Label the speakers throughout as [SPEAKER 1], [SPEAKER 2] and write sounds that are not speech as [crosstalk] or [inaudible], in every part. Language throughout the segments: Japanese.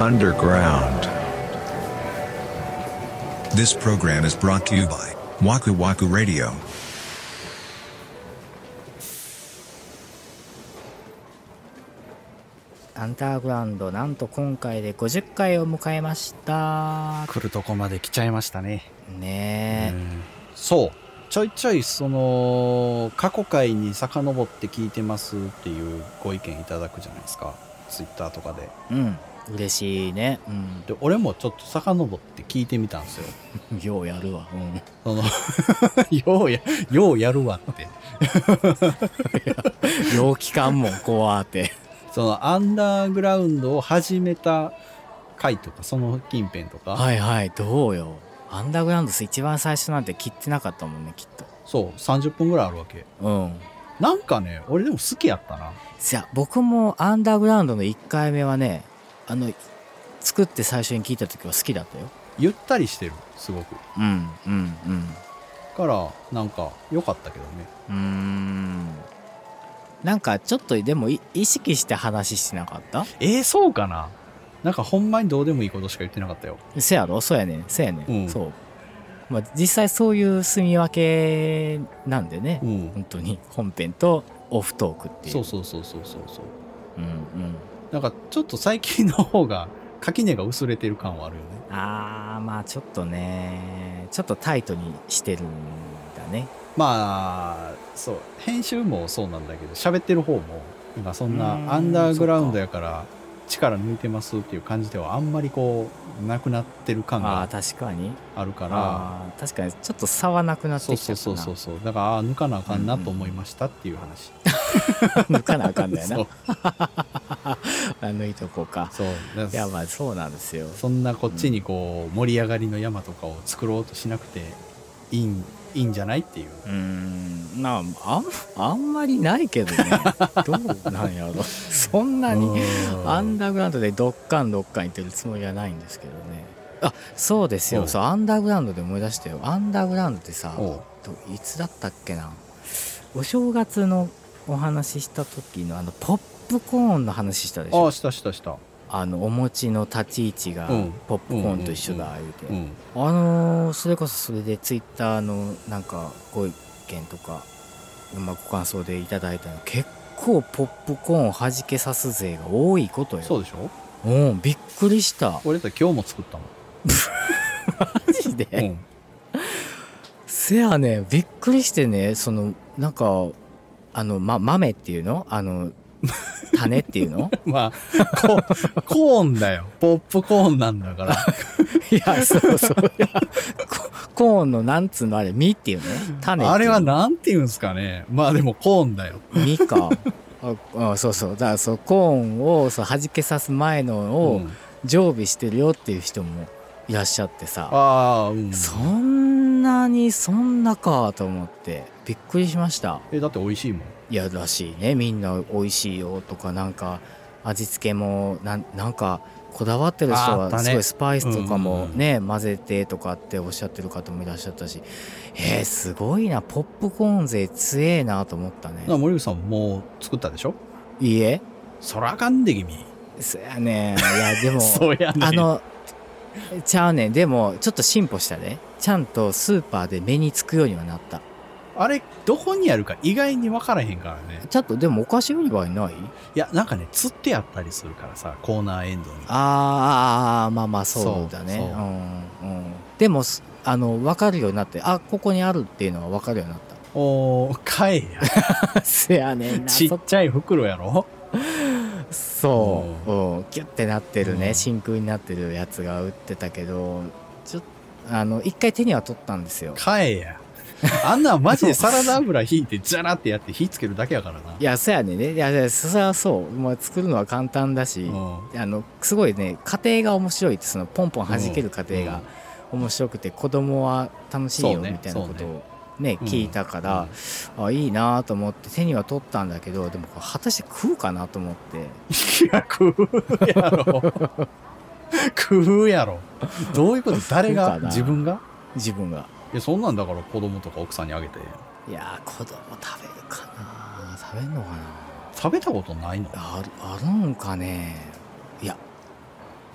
[SPEAKER 1] underground.
[SPEAKER 2] This program is brought to you by Waku Waku Radio.
[SPEAKER 3] アンダーグラウンドなんと今回で50回を迎えました
[SPEAKER 4] 来るとこまで来ちゃいましたね。
[SPEAKER 3] ね
[SPEAKER 4] そう。ちょいちょい、その、過去回に遡って聞いてますっていうご意見いただくじゃないですか。ツイッターとかで。
[SPEAKER 3] えうん嬉しいねうん
[SPEAKER 4] で、俺もちょっと遡って聞いてみたんですよ。
[SPEAKER 3] ようやるわ [laughs] うん
[SPEAKER 4] その、 [laughs] ようや、ようやるわって。
[SPEAKER 3] 陽気感も怖って
[SPEAKER 4] その、アンダーグラウンドを始めた回とか、その近辺とか、
[SPEAKER 3] はいはいどうよアンダーグラウンドス一番最初なんて切ってなかったもんねきっ
[SPEAKER 4] そう、30分ぐらいあるわけ。
[SPEAKER 3] とうん
[SPEAKER 4] なんかね、俺でも好きやったな。
[SPEAKER 3] じゃあ僕もアンダーグラウンドの1回目はねあの作って最初に聞いた時は好きだったよ
[SPEAKER 4] ゆったりしてる、すごく。
[SPEAKER 3] うんうん
[SPEAKER 4] から、なんか、良かったけどね。
[SPEAKER 3] うんうーんなんかちょっとでもい意識して話してなかった
[SPEAKER 4] えー、そうかななんかほんまにどうでもいいことしか言ってなかったよ。
[SPEAKER 3] せやろそうやねんそうやねん、
[SPEAKER 4] うん
[SPEAKER 3] そう、まあ、実際そういう住み分けなんでね、
[SPEAKER 4] うん。
[SPEAKER 3] 本当に本編とオフトークっていう
[SPEAKER 4] そうそうそうそうそうそう。
[SPEAKER 3] うんうん
[SPEAKER 4] なんかちょっと最近の方が垣根が薄れてる感はあるよね。
[SPEAKER 3] あーまあちょっとねちょっとタイトにしてるんだね
[SPEAKER 4] まあ、そう、編集もそうなんだけど、喋ってる方も、今そ
[SPEAKER 3] う
[SPEAKER 4] ん
[SPEAKER 3] ーん
[SPEAKER 4] なアンダーグラウンドやから力抜いてますっていう感じではあんまりこう、なくなってる感
[SPEAKER 3] ああ
[SPEAKER 4] が
[SPEAKER 3] ー確かに
[SPEAKER 4] あるから、
[SPEAKER 3] あー確かにちょっと差はなくなって
[SPEAKER 4] そう
[SPEAKER 3] きち
[SPEAKER 4] そ
[SPEAKER 3] ゃ
[SPEAKER 4] う
[SPEAKER 3] った
[SPEAKER 4] そう
[SPEAKER 3] な
[SPEAKER 4] そうそう。だから、ああー、抜かなあかんなと思いましたっていう話。
[SPEAKER 3] 抜かなあかんだよな
[SPEAKER 4] [laughs] そう
[SPEAKER 3] あ抜いとこうか
[SPEAKER 4] そう。だ
[SPEAKER 3] い
[SPEAKER 4] から
[SPEAKER 3] やまあそうなんですよ
[SPEAKER 4] そんなこっちにこう盛り上がりの山とかを作ろうとしなくていいんいいんじゃないっていう
[SPEAKER 3] うーんなああんあんまりないけ
[SPEAKER 4] [laughs]
[SPEAKER 3] どねどうなんやろそんなにアンダーグラウンドでドッカンドッカン言ってるつもりはないんですけどねあそうです
[SPEAKER 4] お
[SPEAKER 3] よ
[SPEAKER 4] う
[SPEAKER 3] そうアンダーグラウンドで思い出したよアンダーグラウンドってさ
[SPEAKER 4] おう
[SPEAKER 3] といつだったっけなお正月のお話しした時のあのポップコーンの話したでし
[SPEAKER 4] あ
[SPEAKER 3] ょ
[SPEAKER 4] あしたしたした
[SPEAKER 3] あのお餅の立ち位置が
[SPEAKER 4] うん
[SPEAKER 3] ポップコーンと一緒だ言うて、
[SPEAKER 4] うん
[SPEAKER 3] あのーそれこそそれでツイッターのなんかご意見とか、まあ、ご感想でいただいたの結構ポップコーンを弾けさす勢が多いことよ
[SPEAKER 4] そうでしょ
[SPEAKER 3] うんびっくりした
[SPEAKER 4] 俺たち今日も作ったもん、
[SPEAKER 3] マジで、
[SPEAKER 4] うん、
[SPEAKER 3] せやねびっくりしてねそのなんかあの、ま、豆っていうのあの種っていうの
[SPEAKER 4] まあコ [laughs] コーンだよポップコーンなんだか
[SPEAKER 3] [laughs]
[SPEAKER 4] ら
[SPEAKER 3] いやそう [laughs] そういやココーンのなんつうのあれ実っていうの種っていうの
[SPEAKER 4] あれはなんていうんですかねまあでもコーンだよ
[SPEAKER 3] ミカああそうそうだからそうコーンをそう弾けさす前の
[SPEAKER 4] う
[SPEAKER 3] を
[SPEAKER 4] ん
[SPEAKER 3] 常備してるよっていう人もいらっしゃってさ、
[SPEAKER 4] ああうん
[SPEAKER 3] そんなにそんなかと思ってびっくりしました
[SPEAKER 4] えだって美味しいもん
[SPEAKER 3] いやらしいねみんな美味しいよとかなんか味付けもなんなんかこだわってる人
[SPEAKER 4] ああった
[SPEAKER 3] は
[SPEAKER 4] ね
[SPEAKER 3] すごいスパイスとか
[SPEAKER 4] うんう
[SPEAKER 3] も
[SPEAKER 4] んうん
[SPEAKER 3] ね混ぜてとかっておっしゃってる方もいらっしゃったしえー、すごいなポップコーン勢強えなと思ったね
[SPEAKER 4] だから森口さんもう作ったでしょ
[SPEAKER 3] いいえ
[SPEAKER 4] そらあかんで君
[SPEAKER 3] そやねんい
[SPEAKER 4] [laughs]
[SPEAKER 3] やでも
[SPEAKER 4] そうやね
[SPEAKER 3] あのちゃうねんでもちょっと進歩したでちゃんとスーパーで目につくようにはなった
[SPEAKER 4] あれどこにあるか意外に分からへんからね
[SPEAKER 3] ちょっとでもお菓子売り場にない
[SPEAKER 4] いや、なんかね、釣ってやったりするからさ、コーナーエンドに。
[SPEAKER 3] あーあーあーまあまあそうだね
[SPEAKER 4] そう
[SPEAKER 3] う
[SPEAKER 4] そ
[SPEAKER 3] ん、うん、でもすあの分かるようになってあここにあるっていうのは分かるようになっ
[SPEAKER 4] おー、買えや。
[SPEAKER 3] たせやねんな
[SPEAKER 4] [laughs] ちっ
[SPEAKER 3] そ
[SPEAKER 4] ちゃい袋やろ
[SPEAKER 3] そう、うん、キュッてなってるね、
[SPEAKER 4] うん
[SPEAKER 3] 真空になってるやつが売ってたけどちょっとあの一回手には取ったんですよ
[SPEAKER 4] 買えや。 [laughs] あんなんマジでサラダ油引いて、ジャラってやって火つけるだけやからな。
[SPEAKER 3] いやそやねんねいやいやそれはそう、まあ、作るのは簡単だし、
[SPEAKER 4] うん。 [laughs]
[SPEAKER 3] あのすごいね家庭が面白いってそのポンポン弾ける家庭が面白くて子供は楽しい
[SPEAKER 4] そ
[SPEAKER 3] よ
[SPEAKER 4] うね
[SPEAKER 3] みたいなことをね
[SPEAKER 4] うん
[SPEAKER 3] 聞いたから、あいいなと思って手には取ったんだけどでもこれ果たして食うかなと思って
[SPEAKER 4] いや、食うやろ。 [laughs] 食うやろ。どういうこと誰
[SPEAKER 3] 食う
[SPEAKER 4] が
[SPEAKER 3] かな
[SPEAKER 4] 自分が
[SPEAKER 3] 自分が
[SPEAKER 4] いや、そんなんだから子供とか奥さんにあげて。
[SPEAKER 3] いやー子供食べるかな食べるのかな
[SPEAKER 4] 食べたことないの
[SPEAKER 3] あるあるんかねいや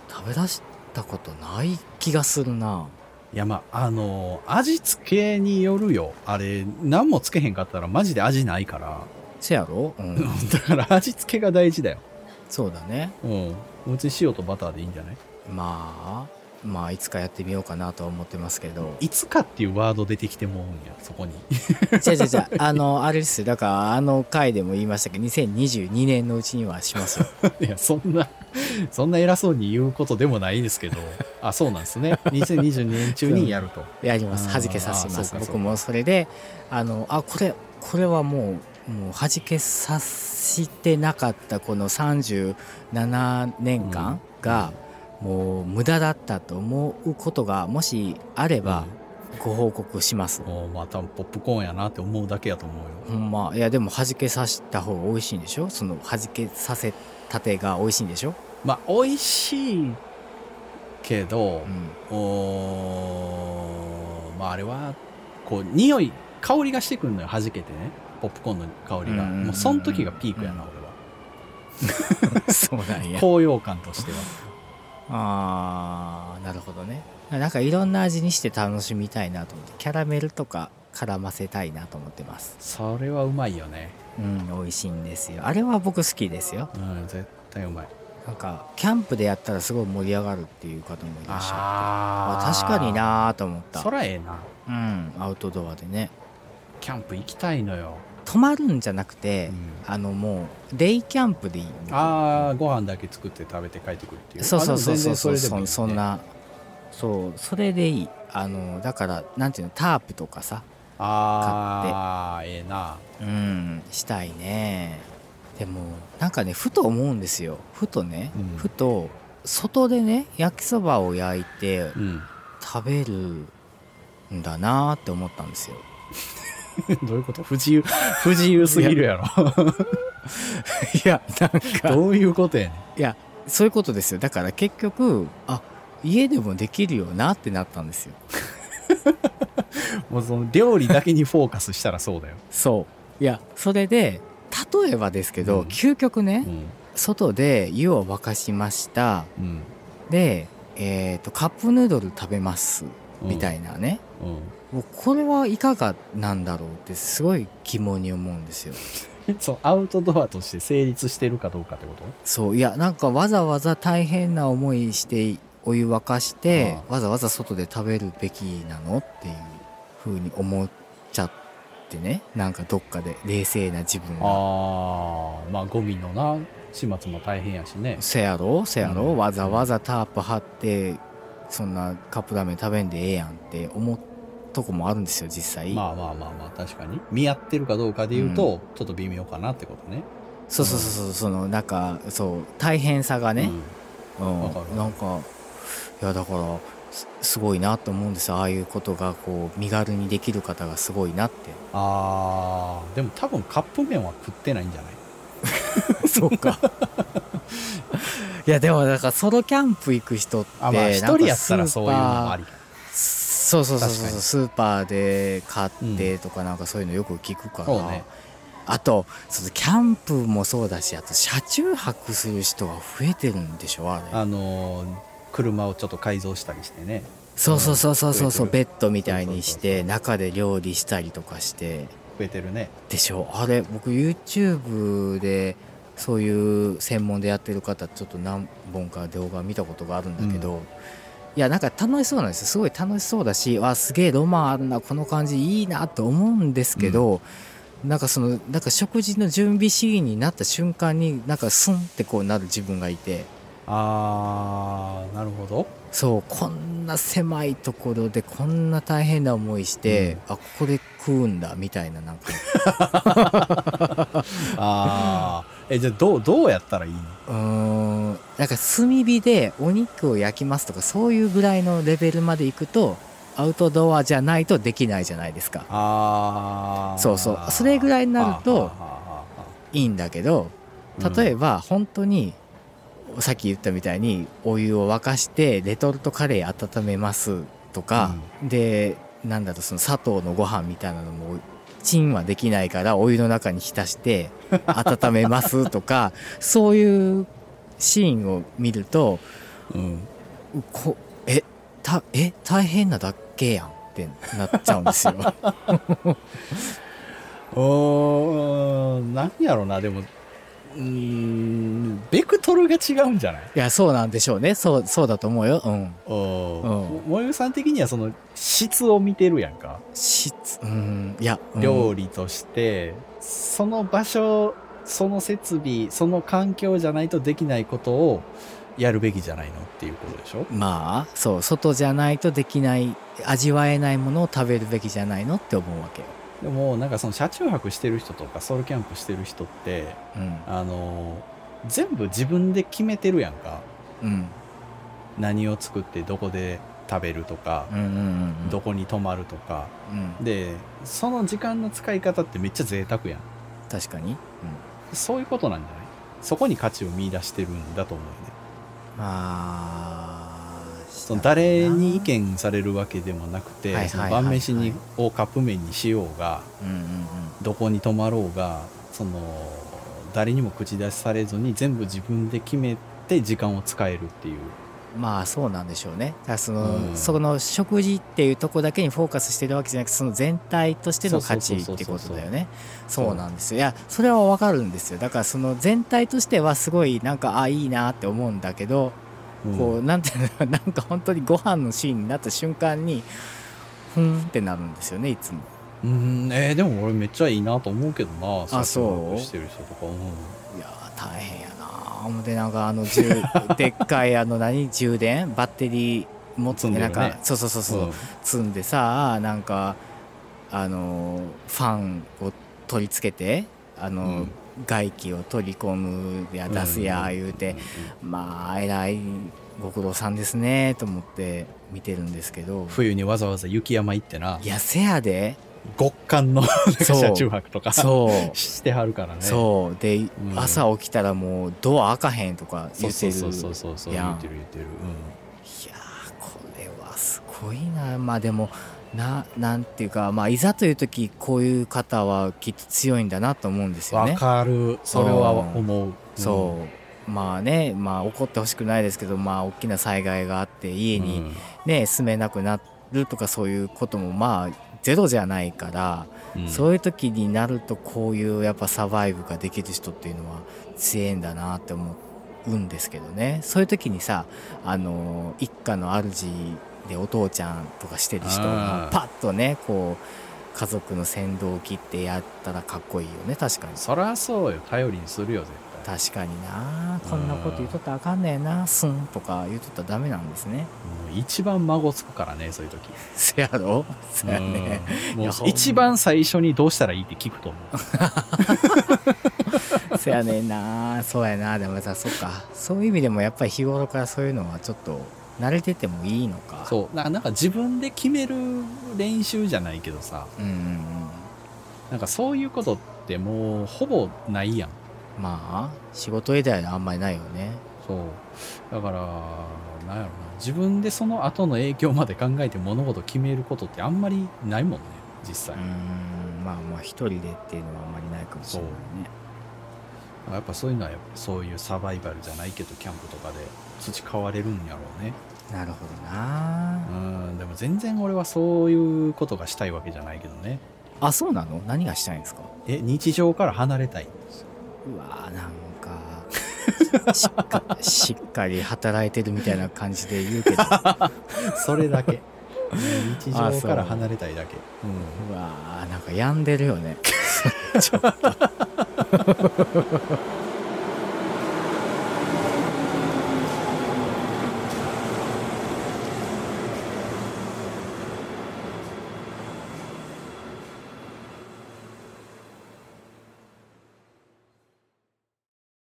[SPEAKER 3] 食べ出したことない気がするない
[SPEAKER 4] やまああの味付けによるよあれ何もつけへんかったらマジで味ないから [laughs]
[SPEAKER 3] せやろ、うん [laughs]
[SPEAKER 4] だから味付けが大事だよ
[SPEAKER 3] そうだね
[SPEAKER 4] うんうち塩とバターでいいんじゃない
[SPEAKER 3] まあまあいつかやってみようかなとは思ってますけど
[SPEAKER 4] いつかっていうワード出てきてもうんやそこに [laughs]
[SPEAKER 3] 違う違う違うあのあれですよだからあの回でも言いましたけど2022年のうちにはしますよ [laughs]
[SPEAKER 4] いやそんな [laughs] そんな偉そうに言うことでもないですけどあそうなんですね2022年中にやると
[SPEAKER 3] やります
[SPEAKER 4] あー
[SPEAKER 3] 弾けさせま
[SPEAKER 4] あー
[SPEAKER 3] す
[SPEAKER 4] そうかそうか
[SPEAKER 3] 僕もそれであのあこれこれはもうもう弾けさせてなかったこの37年間が、もう無駄だったと思うことがもしあればご報告します、
[SPEAKER 4] もうまたポップコーンやなって思うだけやと思うよ
[SPEAKER 3] ほんまいやでも弾けさせた方が美味しいんでしょその弾けさせたてが美味しいんでしょ、
[SPEAKER 4] まあ美味しいけど
[SPEAKER 3] う、ん、
[SPEAKER 4] おーまああれはこう匂い香りがしてくるのよ弾けてねポップコーンの香りが
[SPEAKER 3] うんうんうんうん
[SPEAKER 4] もうその時がピークやな俺
[SPEAKER 3] [laughs]
[SPEAKER 4] は
[SPEAKER 3] そうなんや
[SPEAKER 4] 高揚感としては
[SPEAKER 3] あーなるほどねなんかいろんな味にして楽しみたいなと思ってキャラメルとか絡ませたいなと思ってます
[SPEAKER 4] それはうまいよね
[SPEAKER 3] うん美味しいんですよあれは僕好きですよ
[SPEAKER 4] うん絶対うまい
[SPEAKER 3] なんかキャンプでやったらすごい盛り上がるっていう方もいらっしゃって
[SPEAKER 4] あ
[SPEAKER 3] あ確かになーと思った
[SPEAKER 4] そらええな
[SPEAKER 3] うんアウトドアでね
[SPEAKER 4] キャンプ行きたいのよ、
[SPEAKER 3] 泊まるんじゃなくて、
[SPEAKER 4] うん
[SPEAKER 3] あのもうデイキャンプでいい
[SPEAKER 4] ああご飯だけ作って食べて帰ってくるっていう
[SPEAKER 3] そうそうそうそう
[SPEAKER 4] あ
[SPEAKER 3] そう
[SPEAKER 4] でも全然れでもいい
[SPEAKER 3] そそ
[SPEAKER 4] ね
[SPEAKER 3] んなそうそれでいいあのだからなんていうのタープとかさ
[SPEAKER 4] ああええな
[SPEAKER 3] うんしたいねでもなんかねふと思うんですよふとね、
[SPEAKER 4] うん
[SPEAKER 3] ふと外でね焼きそばを焼いて
[SPEAKER 4] うん
[SPEAKER 3] 食べるんだなーって思ったんですよ
[SPEAKER 4] [laughs] どういうこと不自由不自由すぎるやろ
[SPEAKER 3] いやなんか
[SPEAKER 4] どういうことやねん
[SPEAKER 3] いやそういうことですよだから結局あ家でもできるよなってなったんですよ
[SPEAKER 4] もうその料理だけにフォーカスしたらそ
[SPEAKER 3] [laughs]
[SPEAKER 4] うだよ。
[SPEAKER 3] そういやそれで例えばですけど、
[SPEAKER 4] うん
[SPEAKER 3] 究極ね、
[SPEAKER 4] ん。
[SPEAKER 3] 外で湯を沸かしました
[SPEAKER 4] うん。
[SPEAKER 3] で、えー、とカップヌードル食べますみた
[SPEAKER 4] い。
[SPEAKER 3] いなね、
[SPEAKER 4] う
[SPEAKER 3] もうこれはいかがなんだろうってすごい疑問に思うんですよ。
[SPEAKER 4] ん。そう、アウトドアとして成立してるかどうかってこと
[SPEAKER 3] そういやなんかわざわざ大変な思いしてお湯沸かしてわざわざ外で食べるべきなのっていうふうに思っちゃってねなんかどっかで冷静な自分が。
[SPEAKER 4] ああ、まあゴミのな、始末も大変やしね。
[SPEAKER 3] せやろせやろ、
[SPEAKER 4] うん
[SPEAKER 3] わざわざタープ張ってそんなカップラーメン食べんでええやんって思うとこもあるんですよ実際。
[SPEAKER 4] まあまあまあまあ、確かに。見合ってるかどうかで言うと、ちょっと微妙かなってことね。
[SPEAKER 3] そうそうそうそうそのなんかそう大変さがね、
[SPEAKER 4] うん
[SPEAKER 3] うん
[SPEAKER 4] わかる
[SPEAKER 3] なんかいやだからすすごいなと思うんですよああいうことがこう身軽にできる方がすごいなっ
[SPEAKER 4] [laughs] ああ、でも多分カップ麺は食ってないんじゃない
[SPEAKER 3] てそうか [laughs] いやでもだからソロキャンプ行く人って
[SPEAKER 4] あ、まあ一人やった
[SPEAKER 3] なん
[SPEAKER 4] ら
[SPEAKER 3] かスー
[SPEAKER 4] そういう
[SPEAKER 3] パ
[SPEAKER 4] の
[SPEAKER 3] ー
[SPEAKER 4] もあり。
[SPEAKER 3] そうそうそうそう
[SPEAKER 4] 確かに
[SPEAKER 3] スーパーで買ってとかなんかそういうのよく聞くから、
[SPEAKER 4] そうね
[SPEAKER 3] あとそのキャンプもそうだしあと車中泊する人が増えてるんでしょあれ
[SPEAKER 4] あのー車をちょっと改造したりしてね。
[SPEAKER 3] そうそうそうそうそうそう
[SPEAKER 4] 増
[SPEAKER 3] ベ
[SPEAKER 4] え
[SPEAKER 3] ッドみたいにし
[SPEAKER 4] そうそうそう
[SPEAKER 3] て中で料理したりとかして
[SPEAKER 4] 増えてるね。
[SPEAKER 3] でしょあれ僕 YouTube でそういう専門でやってる方ちょっと何本か動画見たことがあるんだけど、いやなんか楽しそうなんですよすごい楽しそうだしわすげえロマンあるなこの感じいいなと思うんですけど、なんかそのなんか食事の準備シーンになった瞬間になんかスンってこうなる自分がいて。
[SPEAKER 4] ああ、なるほど。
[SPEAKER 3] そうこんな狭いところでこんな大変な思いして、あここで食うんだみたいななんか
[SPEAKER 4] ああ。
[SPEAKER 3] [laughs]
[SPEAKER 4] え、じゃあどう、どうやったらいいの
[SPEAKER 3] うーんなんか炭火でお肉を焼きますとかそういうぐらいのレベルまで行くとアウトドアじゃないとできないじゃないですか
[SPEAKER 4] あー
[SPEAKER 3] そうそうそれぐらいになると
[SPEAKER 4] あーあーあ
[SPEAKER 3] いいんだけど
[SPEAKER 4] うん
[SPEAKER 3] 例えば本当に、さっき言ったみたいにお湯を沸かしてレトルトカレー温めますとか、でなんだろうその砂糖のご飯みたいなのもチンはできないからお湯の中に浸して
[SPEAKER 4] [laughs]
[SPEAKER 3] 温めますとかそういうシーンを見ると
[SPEAKER 4] うん、
[SPEAKER 3] こえたえ大変なだけやんってなっちゃうんですよ
[SPEAKER 4] [laughs] おーなんやろなでもうーんベクトルが違うんじゃない
[SPEAKER 3] いやそうなんでしょうねそうそうだと思うようん
[SPEAKER 4] おもゆさん的にはその質を見てるやんか、
[SPEAKER 3] 質うんいや、うん
[SPEAKER 4] 料理としてその場所その設備その環境じゃないとできないことをやるべきじゃないのっていうことでしょ
[SPEAKER 3] まあそう外じゃないとできない味わえないものを食べるべきじゃないのって思うわけよ、
[SPEAKER 4] でもなんかその車中泊してる人とかソウルキャンプしてる人って
[SPEAKER 3] うん
[SPEAKER 4] あの全部自分で決めてるやんか
[SPEAKER 3] うん、
[SPEAKER 4] 何を作ってどこで食べるとか
[SPEAKER 3] う、んうんうんうん
[SPEAKER 4] どこに泊まるとか
[SPEAKER 3] うん
[SPEAKER 4] でその時間の使い方ってめっちゃ贅沢やん
[SPEAKER 3] 確かに、うん、
[SPEAKER 4] そういうことなんじゃないそこに価値を見出してるんだと思うよね
[SPEAKER 3] まあ
[SPEAKER 4] その誰に意、見されるわけでもなく
[SPEAKER 3] はいはい
[SPEAKER 4] てそ
[SPEAKER 3] は
[SPEAKER 4] の
[SPEAKER 3] い
[SPEAKER 4] 晩飯にをカップ麺にしようが
[SPEAKER 3] うんうんうん、
[SPEAKER 4] どこに泊まろうがその誰にも口出しされずに全部自分で決めて時間を使えるっていう
[SPEAKER 3] まあそうなんでしょうねだからその、
[SPEAKER 4] うん
[SPEAKER 3] その食事っていうとこだけにフォーカスしてるわけじゃなくてその全体としての価値ってことだよね
[SPEAKER 4] そうそうそうそう
[SPEAKER 3] そうなんですよいやそれはわかるんですよだからその全体としてはすごいなんかあいいなって思うんだけど、
[SPEAKER 4] うん
[SPEAKER 3] こうなんていうのなんか本当にご飯のシーンになった瞬間にふんってなるんですよねいつも
[SPEAKER 4] うんえーでも俺めっちゃいいなと思うけどな
[SPEAKER 3] あそう
[SPEAKER 4] 写真アップしてる人とか、う
[SPEAKER 3] いやー大変やなーでなんかあの
[SPEAKER 4] [laughs]
[SPEAKER 3] 充でっかいあの何充電バッテリー持って
[SPEAKER 4] 積んでる
[SPEAKER 3] な
[SPEAKER 4] ね
[SPEAKER 3] んか、そうそうそうそう、
[SPEAKER 4] んうん
[SPEAKER 3] 積んでさなんかあのファンを取り付けてあの、
[SPEAKER 4] うん
[SPEAKER 3] 外気を取り込むや出すや言うて、まあえらいご苦労さんですねと思って見てるんですけど
[SPEAKER 4] 冬にわざわざ雪山行ってない
[SPEAKER 3] やせやで
[SPEAKER 4] 極寒の [laughs] なんか
[SPEAKER 3] そう
[SPEAKER 4] 車中泊とか
[SPEAKER 3] そう
[SPEAKER 4] してはるからね
[SPEAKER 3] そうで、
[SPEAKER 4] ん
[SPEAKER 3] 朝起きたらもうドア開かへんとか
[SPEAKER 4] そ
[SPEAKER 3] 言
[SPEAKER 4] う
[SPEAKER 3] って
[SPEAKER 4] そう
[SPEAKER 3] る
[SPEAKER 4] そうそうそうそう
[SPEAKER 3] や
[SPEAKER 4] 言
[SPEAKER 3] ん
[SPEAKER 4] ってる言って
[SPEAKER 3] い
[SPEAKER 4] る、
[SPEAKER 3] やーこれはすごいなまあでもななんていうか、まあ、いざという時こういう方はきっと強いんだなと思うんです
[SPEAKER 4] うん、
[SPEAKER 3] よ
[SPEAKER 4] わ
[SPEAKER 3] ね。
[SPEAKER 4] かるそれは思う、うん
[SPEAKER 3] そうまあねまあ怒ってほしくないですけどまあ大きな災害があって家
[SPEAKER 4] う
[SPEAKER 3] に
[SPEAKER 4] ん
[SPEAKER 3] ね、住めなくなるとかそういうこともまあゼロじゃないから、
[SPEAKER 4] うん
[SPEAKER 3] そういう時になるとこういうやっぱサバイブができる人っていうのは強えんだなって思うんですけどねそういう時にさあの一家の主でお父ちゃんとかしてる人が
[SPEAKER 4] あー
[SPEAKER 3] パッとねこう家族の先導を切ってやったらかっこいいよね確かに。
[SPEAKER 4] そりゃそうよ頼りにするよ絶対、
[SPEAKER 3] 確かになこんなこと言うとったらあかんねえなすんとか言うとったらダメなんですね [laughs]
[SPEAKER 4] うん一番孫つくからねそういう時
[SPEAKER 3] せやろせやね
[SPEAKER 4] うんも
[SPEAKER 3] いうやほんま
[SPEAKER 4] 一番最初にどうしたらいいって聞くと思う
[SPEAKER 3] [laughs] せやねんなそうやなでもさそっかそういう意味でもやっぱり日頃からそういうのはちょっと慣れててもいいのか
[SPEAKER 4] そうなんかなんか自分で決める練習じゃないけどさ
[SPEAKER 3] うんうんうん
[SPEAKER 4] なんかそういうことってもうほぼないやん
[SPEAKER 3] まあ仕事以外はあんまりないよね
[SPEAKER 4] そうだからなんやろな自分でその後の影響まで考えて物事決めることってあんまりないもんね実際、
[SPEAKER 3] うーんまあまあ一人でっていうのはあんまりないかもしれないね
[SPEAKER 4] やっぱそういうのはやっぱそういうサバイバルじゃないけどキャンプとかで培われるんやろうね
[SPEAKER 3] なるほどな
[SPEAKER 4] うんでも全然俺はそういうことがしたいわけじゃないけどね
[SPEAKER 3] あそうなの何がしたいんですか
[SPEAKER 4] え日常から離れたいんですよ
[SPEAKER 3] うわーなんかしっかしっかり働いてるみたいな感じで言うけどうわ
[SPEAKER 4] [laughs] それだけ日
[SPEAKER 3] あ
[SPEAKER 4] 常
[SPEAKER 3] そう
[SPEAKER 4] から離れたいだけうん
[SPEAKER 3] ーなんか病んでるよねちょっと